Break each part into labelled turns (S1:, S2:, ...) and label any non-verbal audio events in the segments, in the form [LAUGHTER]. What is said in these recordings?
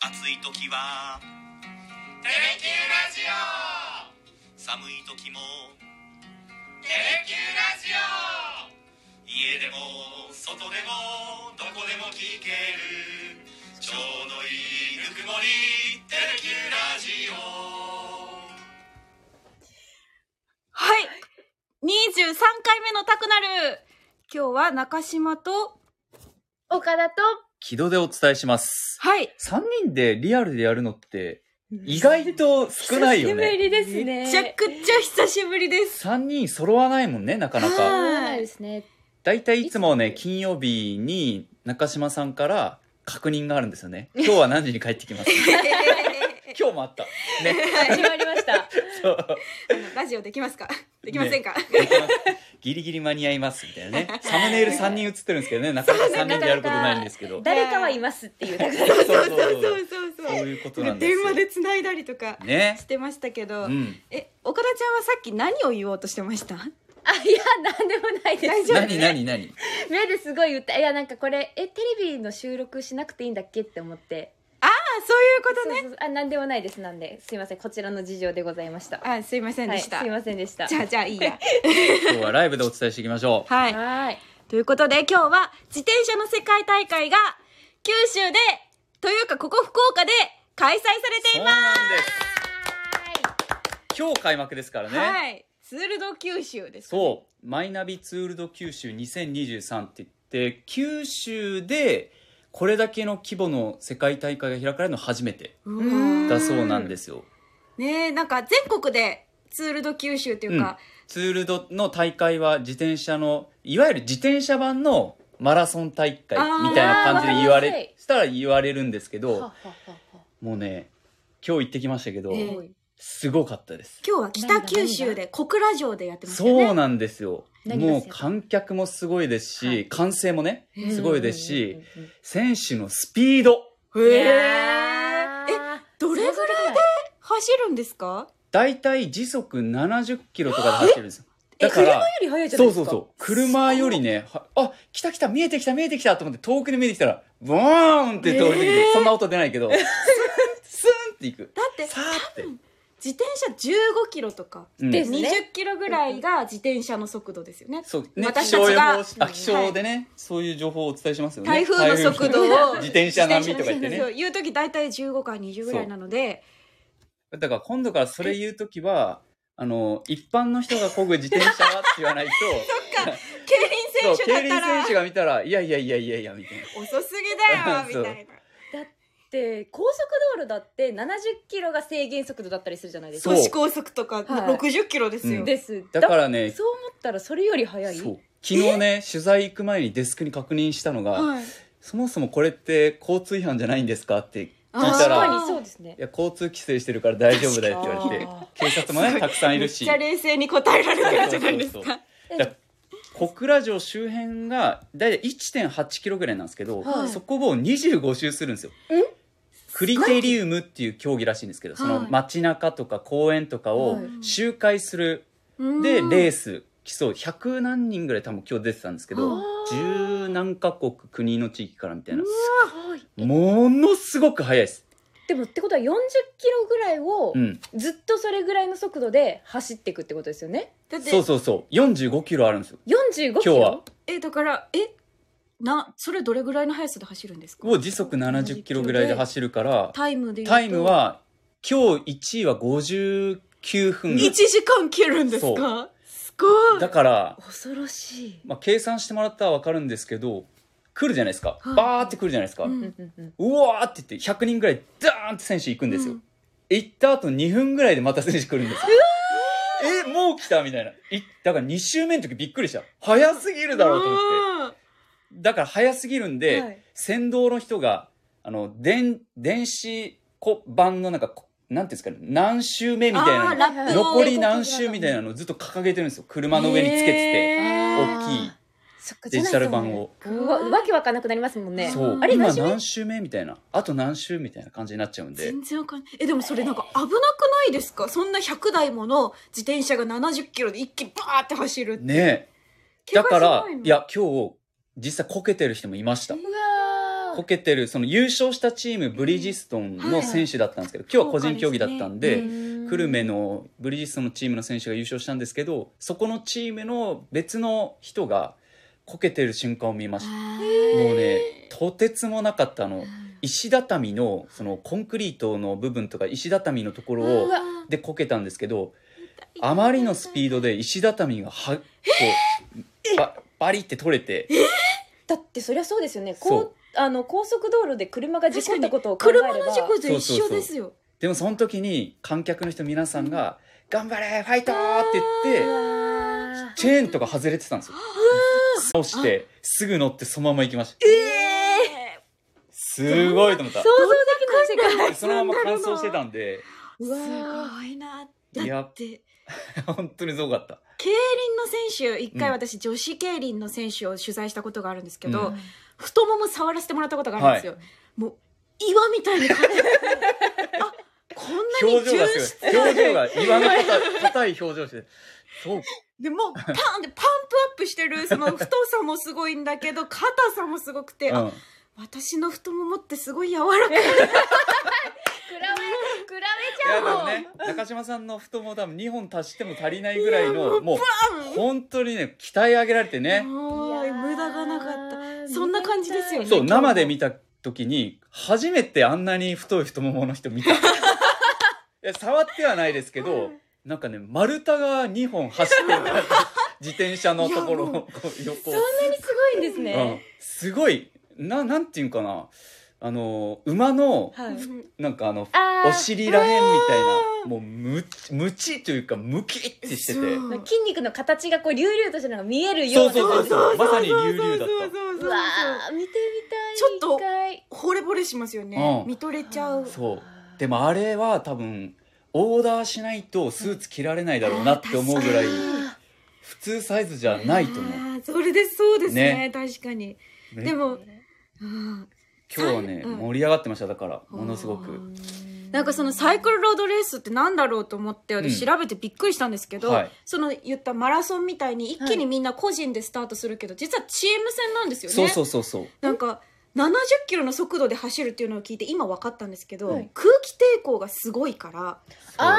S1: 暑い時は
S2: テレキューラジオ
S1: 寒い時も
S2: テレキューラジオ
S1: 家でも外でもどこでも聞けるちょうどいいぬくもりテレキューラジオ
S3: はい23回目のたくなる今日は中島と、
S4: 岡田と、
S5: 軌道でお伝えします。
S3: はい
S5: 3人でリアルでやるのって意外と少ないよ
S4: 久しぶ
S5: ね。
S4: りですね。
S3: めちゃくちゃ久しぶりです。
S5: 3人揃わないもんね、なかな
S3: は
S5: か。
S4: ないですね。
S5: だいたいいつも
S4: い
S5: ね、
S4: つ
S5: 金曜日に中島さんから確認があるんですよね。今日は何時に帰ってきます今日もあった。
S4: [LAUGHS]
S5: ね。
S4: 始まりました。
S5: そう。
S3: あの [LAUGHS] ラジオできますかできませんか、
S5: できますギリギリ間に合いますみたいなね。サムネイル3人映ってるんですけどね、なかなか3人でやることないんですけど。
S4: 誰かはいますっていう。
S5: そうそう
S3: そう
S5: そ
S3: そ
S5: うそうう。
S3: そうそう。
S5: そういうことなんです
S3: 電
S5: よ
S3: 話で繋いだりとか
S5: ね
S3: し。てましたけど、
S5: うん。
S3: え岡田ちゃんはさっき何を言おうとしてました
S4: あ、いや、なんでもないで
S3: 大
S4: す
S3: 丈。
S5: 何何何
S4: 目ですごい言った。いや、なんかこれ、え、テレビの収録しなくていいんだっけって思って。
S3: あそういうこと
S4: そう
S3: ね
S4: そうそうあ、なんでもないです。なんで、すいません。こちらの事情でございました。
S3: あすいませんでした、
S4: はい、すいませんでした。
S3: じゃあじゃあいいや
S5: 今日はライブでお伝えしていきましょう。
S3: はい
S4: はい。
S3: ということで今日は自転車の世界大会が九州でというかここ福岡で開催されて
S5: そ
S3: いうます
S5: なんです。今日開幕ですからね。
S3: はいツールド九州ですう
S5: そう、マイナビツールド九州2023って言って、九州でこれだけの規模の世界大会が開かれるの初めて
S3: うーん
S5: だそうなんですよ。
S3: ねえなんか全国でツールド九州っていうか、
S5: ツールドの大会は自転車の、いわゆる自転車版のマラソン大会みたいな感じで言わ
S4: あーわかりや
S5: れ、したら言われるんですけど、もうね、今日行ってきましたけど、
S3: ええ
S5: すごかったです。
S3: 今日は北九州で小倉城でやってましたよね
S5: そうなんですよ。
S4: 何が
S5: もう
S4: 正解
S5: 観客もすごいですし、
S4: はい
S5: 歓声もね、
S3: うん
S5: すごいですし、
S4: うんうんうんうん。
S5: 選手のスピード。
S3: へえ
S4: いやー
S3: えどれぐらいで走るんですか
S5: だいたい時速70キロとかで走ってるんですよ。
S4: え
S5: だから、
S4: より早いじゃな
S5: そ
S4: いうです
S5: そ
S4: か。
S5: うそう。車よりね、はあ、来た来た、見えてきた、見えてきたと思って、遠くに見えてきたら、ボーンって通り過ぎて、そんな音出ないけど、スン、スンっていく。
S3: だって
S5: さーって。
S3: 自転車15キロとか、
S5: うん
S4: ですね
S3: 20キロぐらいが自転車の速度ですよね、
S5: そうね、
S3: 私
S5: 気
S3: た
S5: 象
S3: ち
S5: 予
S3: が
S5: 報士あ気象でね、そういう情報をお伝えしますよね
S3: 台風の速度を
S5: 自転車並みとか言って
S3: そうそうそう
S5: ね
S3: いう時大体15から20ぐらいなので
S5: だから今度からそれ言う時はあの一般の人が漕ぐ自転車はって言わないと
S3: 競輪選手
S5: そう
S3: だ
S5: 競
S3: った
S5: 輪
S3: ら
S5: 選手が見たらいやいやいやいやいやみたいな
S3: 遅すぎだよみ
S5: そう
S3: たいな
S4: で高速道路だって70キロが制限速度だったりするじゃないです
S5: そう
S4: か。
S3: 都市高速とか
S4: はい
S3: 60キロですよ、
S5: うん
S4: です。
S5: だからね
S4: そう思ったらそれより早い。
S5: そう昨日ね取材行く前にデスクに確認したのが、
S3: はい、
S5: そもそもこれって交通違反じゃないんですかって聞
S3: あ
S5: い
S3: ー
S5: た
S4: 確
S5: ら
S4: か
S5: い
S4: にそうですね。
S5: や交通規制してるから大丈夫だよって言われて
S4: 確か
S5: 警察もねたくさんい
S3: め
S5: る
S3: っ
S5: し
S3: ちゃ冷静に答えられてるじゃないですか
S5: そうそうそうだから小倉城周辺が大体1.8キロぐらいなんですけど、
S4: はい
S5: そこを25周するんですよ。クリテリウムっていう競技らしいんですけど、その
S3: はい
S5: 街中とか公園とかを
S4: はい
S5: 周回する、
S3: うん
S5: でレース競う100何人ぐらい多分今日出てたんですけ
S3: あ
S5: ど
S3: ー
S5: 十何カ国国の地域からみたいな
S4: はい。
S5: ものすごく速いです。
S4: でもってことは40キロぐらいを
S5: うん、
S4: ずっとそれぐらいの速度で走っていくってことですよね。
S3: だって
S5: そうそうそう45キロあるんですよ
S4: 45キ
S5: 今日は
S4: ロ。
S3: えだからえなそれどれぐらいの速さで走るんですか
S5: を時速70キロぐらいで走るから
S3: タイムで言うと
S5: タイムは今日1位は59分
S3: 1時間切るんです
S5: そ
S3: かすごい
S5: だから、
S4: 恐ろしい。
S5: まあ、計算してもらったら分かるんですけど来るじゃないですか、
S3: はい
S5: バーって来るじゃないですか、
S3: う
S5: うん
S4: うんうんうん。
S5: わーって言って100人ぐらいダーンって選手行くんですよ、
S3: うん
S5: 行った後2分ぐらいでまた選手来るんですよえもう来たみたいないだから2周目の時びっくりした早すぎるだろうと思って
S3: うん
S5: だから早すぎるんで、
S4: はい
S5: 先導の人があの電電子こ版のなんかこなんていうんですかね何周目みたいな
S3: あ
S5: の
S3: ーラップの
S5: 残り何周みたいなのをずっと掲げてるんですよ車の上につけてて、
S3: へー
S5: 大きい
S4: そっか
S5: デジタル版を。
S4: うわわけわかんなくなりますもんね。
S5: そう
S4: あれ
S5: 今
S4: 何周目
S5: 何周目みたいなあと何周みたいな感じになっちゃうんで
S3: 全然わかんないえでもそれなんか危なくないですかそんな100台もの自転車が70キロで一気にバーって走るって
S5: ねえ
S3: 怪
S5: だ
S3: 我
S5: から
S3: しないの
S5: いや今日実際こけてる人もいました
S4: うわ
S5: こけてるその優勝したチームブリヂストンの選手だったんですけど、今日は個人競技だったん
S4: 豪華です
S5: で
S4: ねうん
S5: 久留米のブリヂストンのチームの選手が優勝したんですけどそこのチームの別の人がこけてる瞬間を見ました。もうねとてつもなかったあの石畳のそのコンクリートの部分とか石畳のところを
S4: うわ
S5: でこけたんですけどあまりのスピードで石畳がはこうババリって取れて
S4: だってそりゃそうですよね
S5: そ
S4: こ
S5: う
S4: うあの高速道路で車が事故ったことを考えれば
S3: 車の事故と一緒ですよ
S5: でもその時に観客の人皆さんが「頑張れファイト!」って言って
S4: あ
S5: チェーンとか外れてたんですよ直してすぐ乗ってそのまま行きましたすごいと思った
S4: ー想像できない世界
S5: そのまま完走してたんです
S3: すごいなだって
S5: 本当にすごかった
S3: 競輪の選手一回
S5: うん
S3: 私女子競輪の選手を取材したことがあるんですけ
S5: う
S3: ど太もも触らせてもらったことがあるんですよもう岩みたいな感じ
S5: [LAUGHS]
S3: あこんなに
S5: 表情
S3: 重
S5: がす
S3: 視
S5: ごい表情が岩の硬い硬い表情してそう
S3: で
S5: [LAUGHS]
S3: もうパンでパンプアップしてるその太さもすごいんだけど硬さもすごくて、あ
S5: うん
S3: 私の太ももってすごい柔らかい
S4: 比べ比べち
S5: いや
S4: ゃう
S5: で
S4: も
S5: も
S4: ん、
S5: ね中島さんの太もも多分2本足しても足りないぐらいのもう本当にね鍛え上げられてね
S3: もう無駄がなかった
S4: った
S3: そんな感じですよね
S5: そう生で見た時に初めてあんなに太い太ももの人見 [LAUGHS] たいや触ってはないですけどなんかね丸太が2本走って [LAUGHS] る自転車のところを
S3: いや
S5: こう横を
S4: そんなにすごいんです
S5: う
S4: ね
S5: ん、すごいななんていうんかなあの馬の
S4: はい
S5: なんかあの
S4: あー
S5: お尻らへんみたいなもうむむちというかむきってしてて
S3: そう
S4: 筋肉の形がこう隆々としたのが見えるよう
S5: そう
S4: な
S5: そうそうそうまさに
S3: そう
S5: 流々だっ
S3: そうそうそうそう
S4: うわー見てみたい
S3: ちょっと
S4: 一回
S3: 惚れ惚れしますよね、
S5: うん
S3: 見とれちゃう
S5: たそうでもあれは多分オーダーしないとスーツ着られないだろうなって思うぐらい普通サイズじゃないと思う
S3: あーそれでそうですね
S5: ね
S3: 確かに
S5: ね
S3: でも、うん
S5: 今日はね
S3: うん
S5: 盛り上がってましただからものすごく
S3: なんかそのサイクルロードレースってなんだろうと思って私
S5: うん
S3: 調べてびっくりしたんですけど、
S5: はい
S3: その言ったマラソンみたいに一気にみんな個人でスタートするけど、実はチーム戦なんですよね
S5: そうそうそうそう
S3: なんか70キロの速度で走るっていうのを聞いて今分かったんですけど、
S5: はい
S3: 空気抵抗がすごいから
S4: あ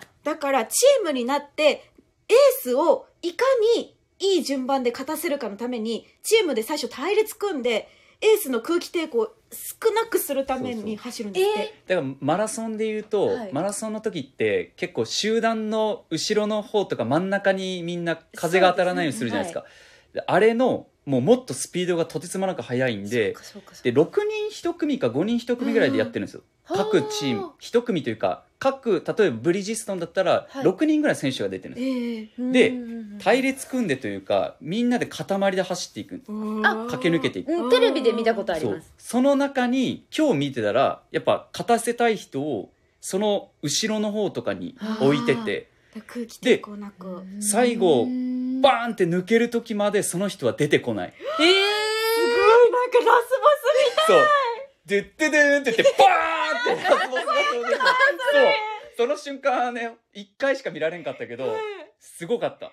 S4: あ
S3: だからチームになってエースをいかにいい順番で勝たせるかのためにチームで最初隊列組んでエースの空気抵抗を少なくするため
S5: そうそう
S3: に走るんですって。
S5: だからマラソンで言うと、
S4: はい
S5: マラソンの時って結構集団の後ろの方とか真ん中にみんな風が当たらないようにするじゃないですかであれのもうもっとスピードがとてつもなく速いん
S4: そう
S5: で
S4: かそうか
S5: で6人1組か5人1組ぐらいでやってるんですよ、
S4: うん
S5: 各チーム1組というか各例えばブリヂストンだったら
S4: はい
S5: 6人ぐらい選手が出てるんです、
S3: ええ
S5: で
S4: うんうんうん
S5: 隊列組んでというかみんなで塊で走っていく
S3: あ
S5: 駆け抜けていく
S4: うんテレビで見たことあり
S5: そ
S4: ま
S5: う
S4: す
S5: その中に今日見てたらやっぱ勝たせたい人をその後ろの方とかに置いてて
S3: 空気抵抗なく
S5: 最後
S4: うん
S5: バーンって抜ける時までその人は出てこない
S4: ええ
S3: すごいなんかラスボスみ
S5: そうでってでんって言ってバーンってラスボスが飛んでくるそうその瞬間はね1回しか見られんかったけどすごかった
S3: かっ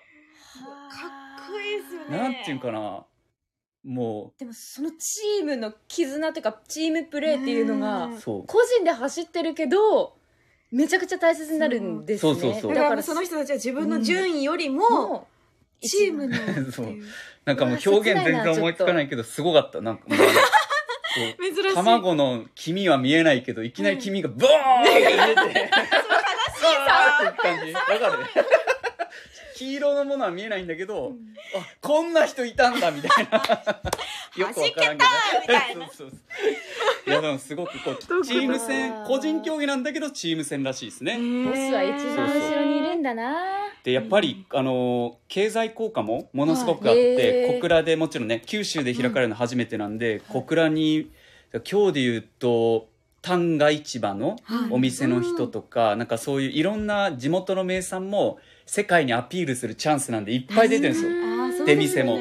S3: こいいですよね
S5: なんていうんかなも
S4: でもそのチームの絆というかチームプレーっていうのが
S3: う
S5: うんそう
S4: 個人で走ってるけどめちゃくちゃ大切になるんですね
S5: そうそうそう
S3: だからその人たちは自分の順位よりも
S4: も
S3: チームの
S5: そう
S3: っていう
S5: [LAUGHS] なんかもう表現全然思いつかないけどすごかったなんかもうあのこう
S3: 珍しい
S5: 卵の黄身は見えないけどいきなり黄身がボーンって出て悲しいさって感じわかる黄色のものは見えないんだけど、あこんな人いたんだみたいなよくわからんけど
S3: 弾けたみたいな
S5: そうそうそういやでもすごくこうチーム戦個人競技なんだけどチーム戦らしいですね、
S4: ボスは一番後ろにいるんだな
S5: でやっぱり、あの経済効果もものすごく
S4: は
S5: あっ
S4: いへ
S5: て、
S4: ー
S5: 小倉でもちろんね九州で開かれるの初めてなんで、小倉に今日で言うと旦過市場のお店の人とか、なんかそういういろんな地元の名産も世界にアピールするチャンスなんでいっぱい出てるんですよ。出店も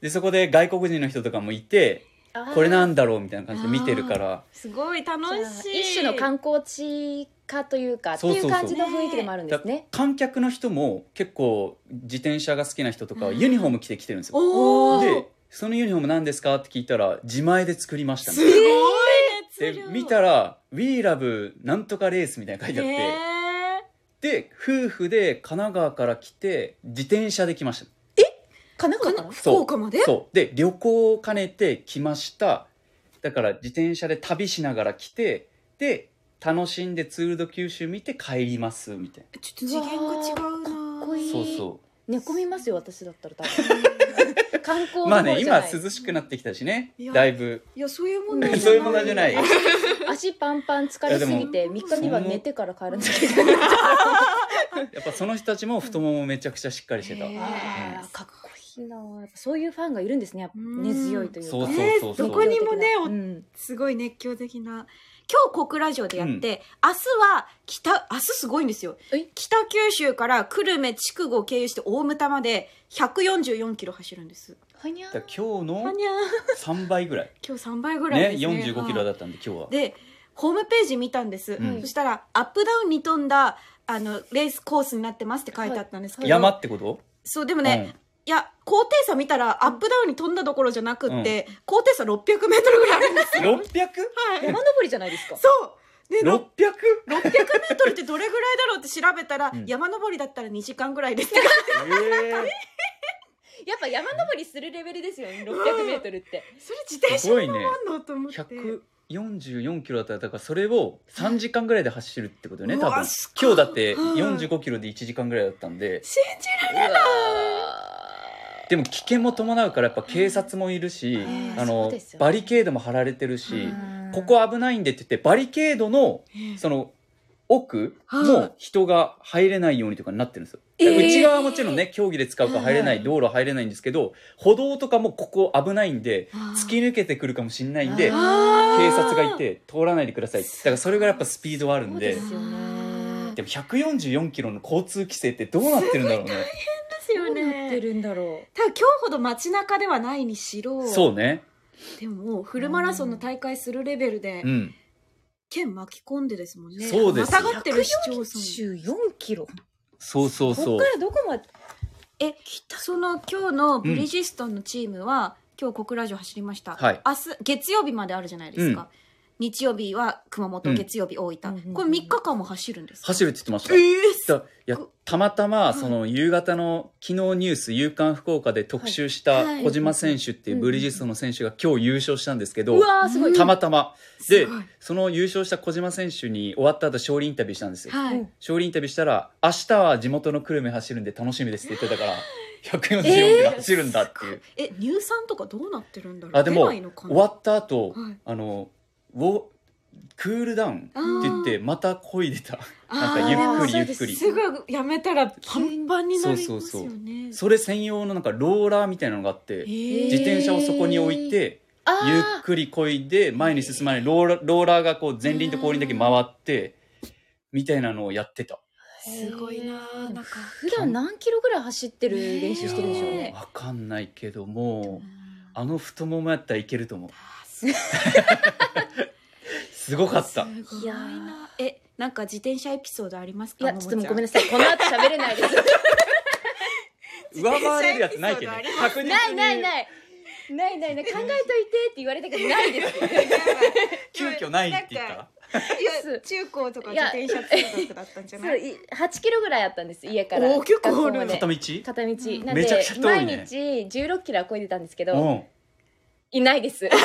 S5: でそこで外国人の人とかもいて
S4: あー
S5: これなんだろうみたいな感じで見てるから
S3: すごい楽しい
S4: 一種の観光地化というかって
S5: そうそう
S4: い
S5: そう
S4: う感じの雰囲気でもあるんですね
S5: だ観客の人も結構自転車が好きな人とかはユニフォーム着てきてるんですよ。
S3: おお
S5: でそのユニフォーム何ですかって聞いたら自前で作りました
S3: す
S5: ね
S3: ごい
S5: で見
S3: ら
S5: たら「We Love なんとかレース」みたいなの書いてあって、で夫婦で神奈川から来て自転車で来ました
S4: 神奈川か
S5: そう
S3: 福岡まで
S5: そうで旅行を兼ねて来ましただから自転車で旅しながら来てで楽しんでツール・ド・九州見て帰りますみたい
S3: ちょっと次元が違うな
S4: かっこ
S5: ない
S4: い
S5: そうそ
S4: 寝込みますよ私だったら多 [LAUGHS] 分観光
S5: う
S4: の
S5: まあ
S4: 方
S5: ね
S4: じゃ
S5: 今
S4: ない
S5: 涼しくなってきたしね
S3: いや
S5: だいぶ
S3: [LAUGHS] いやそういう問題
S5: そういう問題じゃない
S4: 足パンパン疲れすぎて3日には寝てから帰るんだけど
S5: やっぱその人たちも太ももめちゃくちゃしっかりしてた、
S3: へー
S4: あーかっこいいなやっぱそういうファンがいるんですねやっぱ
S3: うん
S4: 根強いというか
S5: そう
S3: ね
S5: そうそうそう
S3: どこにもねお
S4: うん
S3: すごい熱狂的な今日小倉城でやって、明日は北明日すごいんですよ
S4: え
S3: 北九州から久留米筑後を経由して大牟田まで144キロ走るんです
S4: はにゃ
S5: だから今日
S3: は
S5: の
S3: にゃー
S5: 3倍ぐらい
S3: 今日3倍ぐらい
S5: ね
S3: ですね
S5: 4 5キロ
S3: はい
S5: だったんで今日は
S3: でホームページ見たんです、
S5: うん
S3: そしたらアップダウンに富んだあのレースコースになってますって書いてあったんですけど、
S5: 山ってこと
S3: そうでもね、
S5: うん
S3: いや高低差見たらアップダウンに飛んだどころじゃなくって、高低差6 0 0メートルぐらいあるんですよ。は
S5: 600?600?
S3: い、
S4: 山登りじゃないですか
S3: そうでろ600メートルってどれぐらいだろうって調べたら、
S5: うん
S3: 山登りだったら2時間ぐらい
S5: [LAUGHS]
S3: ですって
S4: [LAUGHS] やっぱ山登りするレベルですよね 600m [LAUGHS] って
S3: それ自転
S5: す
S3: 車
S5: ごい
S3: も
S5: ね
S3: あんのと思って
S5: 144キロだったらだからそれを3時間ぐらいで走るってことよね
S3: う
S5: 多
S3: わ
S5: 分
S3: すご
S5: 今
S3: い
S5: 日だって
S3: うん
S5: 45キロで1時間ぐらいだったんで
S3: 信じられ
S4: うわ
S5: でも危険も伴うからやっぱ警察もいるし
S4: うんそ
S5: あ
S4: う
S5: の
S4: ですよね
S5: バリケードも張られてるし
S4: ー
S5: ここ危ないんでって言ってバリケードのその奥も人が入れないようにとかになってるんですよ、
S4: えー
S5: 内側はもちろんね競技で使うから入れない道路は入れないんですけど歩道とかもここ危ないんで突き抜けてくるかもしれないんで
S4: あ
S3: あー
S5: 警察がいて通らないでくださいだからそれがやっぱスピードはあるん
S4: そ
S5: で
S4: うですよね
S5: でも144キロの交通規制ってどうなってるんだろうね
S3: です
S4: ど
S3: よ
S4: うなって
S3: ね
S4: るんだろ
S3: ただ今日ほど街中ではないにしろ
S5: そうね
S3: でもフルマラソンの大会するレベルで
S5: うん
S3: 県巻き込んでですもんね
S5: そうですよ
S3: またがってる市町
S4: う
S3: 村
S4: 14キロ
S5: そうそ
S4: こ
S5: うそ
S4: こ
S5: う
S4: からどこまで
S3: えその今日のブリヂストンのチームは、今日小倉城走りました、
S5: はい
S3: 明日月曜日まであるじゃないですか、
S5: うん
S3: 日曜日は熊本、
S5: うん
S3: 月曜日大分、
S4: うんうんうん
S3: これ3日間も走るんですか
S5: 走
S3: る
S5: るって言ってました
S3: ええ
S5: だいやたまたまその夕方の昨日ニュース「夕刊福岡」で特集し
S3: はいは
S5: た
S3: い
S5: 小島選手っていうブリヂストンの選手が今日優勝したんですけど
S4: うわーすごい
S5: たまたますです
S3: ごい
S5: その優勝した小島選手に終わった後勝利インタビューしたんですよ
S3: はい、
S4: うん
S5: 勝利インタビューしたら「明日は地元の久留米走るんで楽しみです」って言って
S3: [LAUGHS]
S5: たから144キロ走るんだっていう、
S3: え乳酸とかどうなってるんだろう
S5: あで
S3: 出
S5: も
S3: ない
S5: 終
S3: のかな
S5: わった後、
S3: はい
S5: あのウォクールダウンって言ってまた漕いでた
S3: あ
S5: なんか
S3: ー
S5: ゆっ
S3: でも
S5: くりゆっくり
S3: すぐやめたらパンパンになりますよね
S5: それ専用のなんかローラーみたいなのがあって、
S3: えー
S5: 自転車をそこに置いて、
S4: あー
S5: ゆっくり漕いで前に進まないローラローラーがこう前輪と後輪だけ回ってみたいなのをやってた
S3: すごいなあなんか
S4: 普段何キロぐらい走ってる練習してるんでしょう
S5: いやー
S4: ね
S5: わかんないけどもあの太ももやったらいけると思う
S3: すごい
S5: すごかった
S4: いや
S3: なえなんか自転車エピソードあります
S4: い
S3: か
S4: やちょっともうご
S3: な
S4: めんなさいこの後喋れないです
S5: 上回れるやつないけどね
S3: 自
S5: 確実に
S4: [LAUGHS] ないないないないないない考えといてって言われたけどないですよ
S5: 急遽ないって言った
S3: なん
S5: ら
S3: いや中高とか自転車通学だったんじゃ
S4: そ
S3: な
S4: う
S3: い
S4: い8キロぐらいあったんです家から
S3: おー結構ある
S4: 学校まで
S5: 片道
S4: 片道なん
S5: めちゃく
S4: で
S5: ちゃ遠い
S4: 毎
S5: ね
S4: 日16キロは超えてたんですけ
S5: う
S4: ど
S5: ん
S4: いないです
S5: [LAUGHS]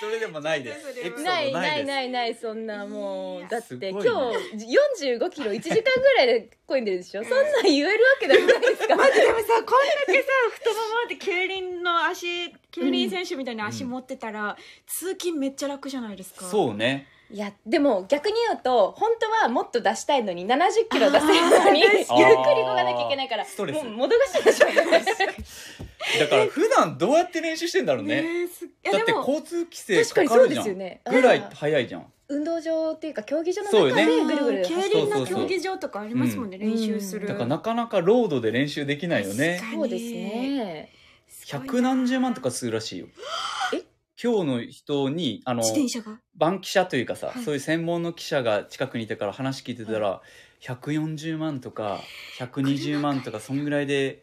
S5: それでもないです
S3: それは
S5: エピソード
S4: な
S5: ない
S4: い
S5: です
S4: ないないないそんなもうだっ
S5: す
S4: て、
S5: ごいね
S4: 今日45キロ1時間ぐらいで超えてるでしょそんなん言えるわけないじゃないですか
S3: で
S4: [LAUGHS]
S3: もさこんだけさ太ももあって競輪の足競輪選手みたいな足持ってたら、通勤めっちゃ楽じゃないですかう
S5: そうね
S4: いやでも逆に言うと本当はもっと出したいのに70キロ出せるのにゆっくり
S5: かに
S4: 動かなきゃいけないから
S5: ストレス
S4: もうもどかしいで
S5: [LAUGHS]
S4: しょ
S5: だから普段どうやって練習してんだろうね
S3: ねえすいや
S5: だって
S3: でも
S5: 交通規制
S4: 確か
S5: か
S4: に
S5: か
S4: そう
S5: る
S4: で
S5: じゃ
S4: すよ
S5: ん
S4: ね
S5: ぐらい早いじゃん
S4: 運動場っていうか競技場の
S5: そう
S4: 中
S5: よ
S4: で
S5: ね
S4: ぐるぐる
S3: 競
S4: 走る
S3: 輪の競技場とかありますもんね
S4: そうそうそう
S3: 練習する
S5: だからなかなかロードで練習できないよね
S3: 確かに
S4: そうですね
S3: すごいな
S5: 百何十万とかするらしいよ
S4: え
S5: 今日の人にあの
S3: 自転車が
S5: 番記者というかさ、
S3: はい
S5: そういう専門の記者が近くにいたから話聞いてたら、140万とか120万とかそんぐらいで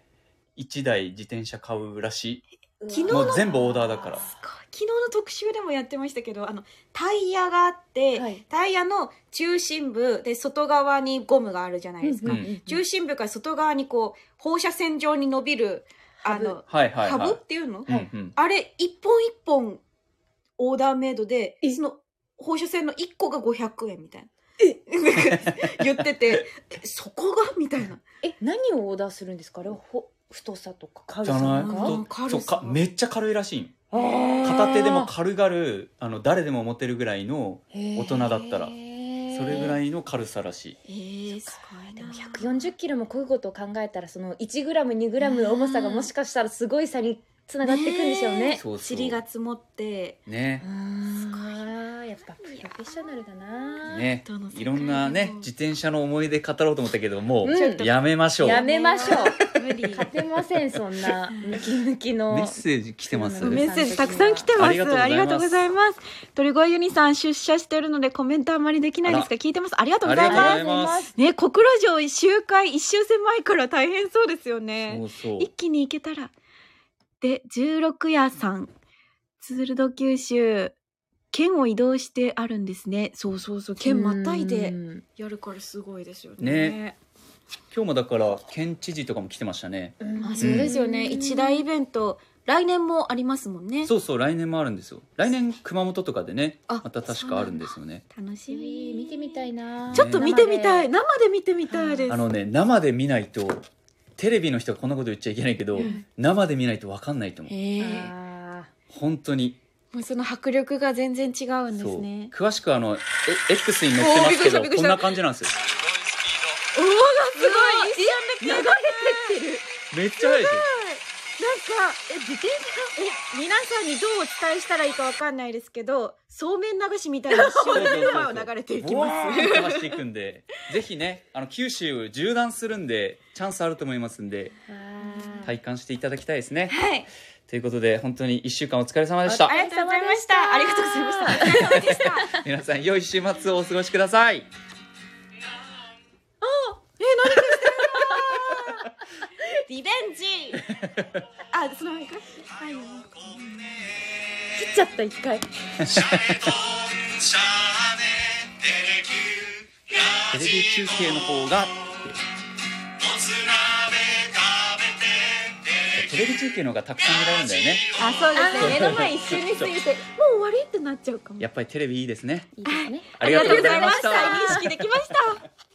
S5: 1台自転車買うらし
S4: 昨
S3: 昨
S5: い
S3: 日
S5: も
S3: の
S5: う全部オーダーだから
S3: すごい昨日の特集でもやってましたけどあのタイヤがあって、
S4: はい
S3: タイヤの中心部で外側にゴムがあるじゃないですか、
S5: うんうん
S3: 中心部から外側にこう放射線状に伸びるあの
S5: はいはい
S3: ハ
S5: は
S3: ブ
S5: い
S3: っていうの、
S5: うんうん
S3: あれ一本一本オーダーメイドで
S4: え
S3: その放射線の1個が500円みたいな。 [LAUGHS] 言っててえそこがみたいな
S4: え何をオーダーするんですかあれはほ太さとか軽
S5: じ
S4: さ
S5: ゃ
S4: と
S5: ない
S3: あー
S5: と
S4: か
S3: 軽
S5: そう
S3: さ
S5: かめっちゃ軽いらしいん
S4: あー
S5: 片手でも軽々あの誰でも持てるぐらいの
S4: 大
S5: 人だったらそれぐら
S4: い
S5: いの軽さらしい
S3: えー、すごい
S4: で
S3: な
S4: も140キロもこぐことを考えたらその1グラム2グラムの重さがもしかしたらすごい差につながってくんでしょうね
S5: えそうそう
S3: 塵が積もって
S5: ね
S4: すごいやっぱプロフェッショナルだな、
S5: ね
S3: どの世界
S5: いろんな
S3: で
S5: ね
S3: も
S5: 自転車の思い出語ろうと思ったけども
S4: うん
S5: うやめましょう
S4: やめましょ
S3: う無理
S4: 勝てませんそん
S5: [LAUGHS]
S4: なムキムキの
S5: メッセージ来てます
S4: うん
S3: メッセージたくさん来てます。
S5: ありがとうございます
S3: ありがとうございます。鳥越ユニさん出社してるのでコメントあまりできないですが聞いてます。ありがとう
S5: あ
S3: ご
S5: りが
S3: ざ
S5: と
S3: いう
S5: ござ
S3: ま
S5: い
S3: す。
S5: ます
S3: ね、小倉城一周回一周戦前から大変そうですよね
S5: そ。うそう
S3: 一気に行けたら。で、十六夜さん、鶴九州、県を移動してあるんですね。そうそうそう、県またいうで
S4: ん
S3: やるからすごいですよ
S5: ね。今日もだから県知事とかも来てましたね
S3: まあそうですよね。
S4: うん
S3: 一大イベント、来年もありますもんね。
S5: そうそう来年もあるんですよ来年熊本とかでね
S3: あ
S5: また確かあるんですよね
S3: 楽しみ。
S4: 見てみたいな
S3: ちょっと見てみたい。
S4: 生
S3: 生
S4: で
S3: で見てみたいです。
S5: あのね生で見ないとテレビの人はこんなこと言っちゃいけないけど生で見ないと分かんないと思う
S3: へえ。
S4: あ
S5: 本当に
S3: もうその迫力が全然違うんで
S5: そ
S3: す
S5: う
S3: ね。
S5: 詳しくあのえ X に載ってますけ
S3: おーびっくりし
S5: ど
S3: たびっくりし
S5: こん
S3: た
S5: な感じなんですよ
S3: おおがすごい。一瞬でなんか
S5: めっちゃ早いですよ
S3: え自転車え皆さんにどうお伝えしたらいいかわかんないですけど、そうめん流しみたいな
S5: そ
S3: 瞬
S5: うそうそう
S3: 間
S5: そ
S3: の
S5: う
S3: 前を流れていきま
S5: ボワーンって走っていくんでぜひねあの九州を縦断するんでチャンスあると思いますんで
S4: ーあー
S5: 体感していただきたいですね
S3: す。はい。
S5: ということで本当に1週間お疲れ様でした
S3: ありがとうございました。ありがとうございました。お疲れ様でした。
S5: 皆さん良い週末をお過ごしください
S3: リベンジ。 [LAUGHS] あ、そのまま行く。はい。
S4: 切っちゃった一回
S1: シャネとシャネテレキュー
S5: テ
S1: ラ
S5: レ
S1: ジ
S5: ビ中継の方が
S1: オもつ鍋食べてテレ
S5: テレビ中継の方がたくさん見られるんだよね
S3: あ、そう
S4: あ
S3: ですね。
S4: 目の前一瞬に過ぎて
S3: もう終わりってなっちゃうかも。
S5: やっぱりテレビいいですね
S4: いいですね
S5: ありがとうございました
S3: ありがとうございました。認識できました。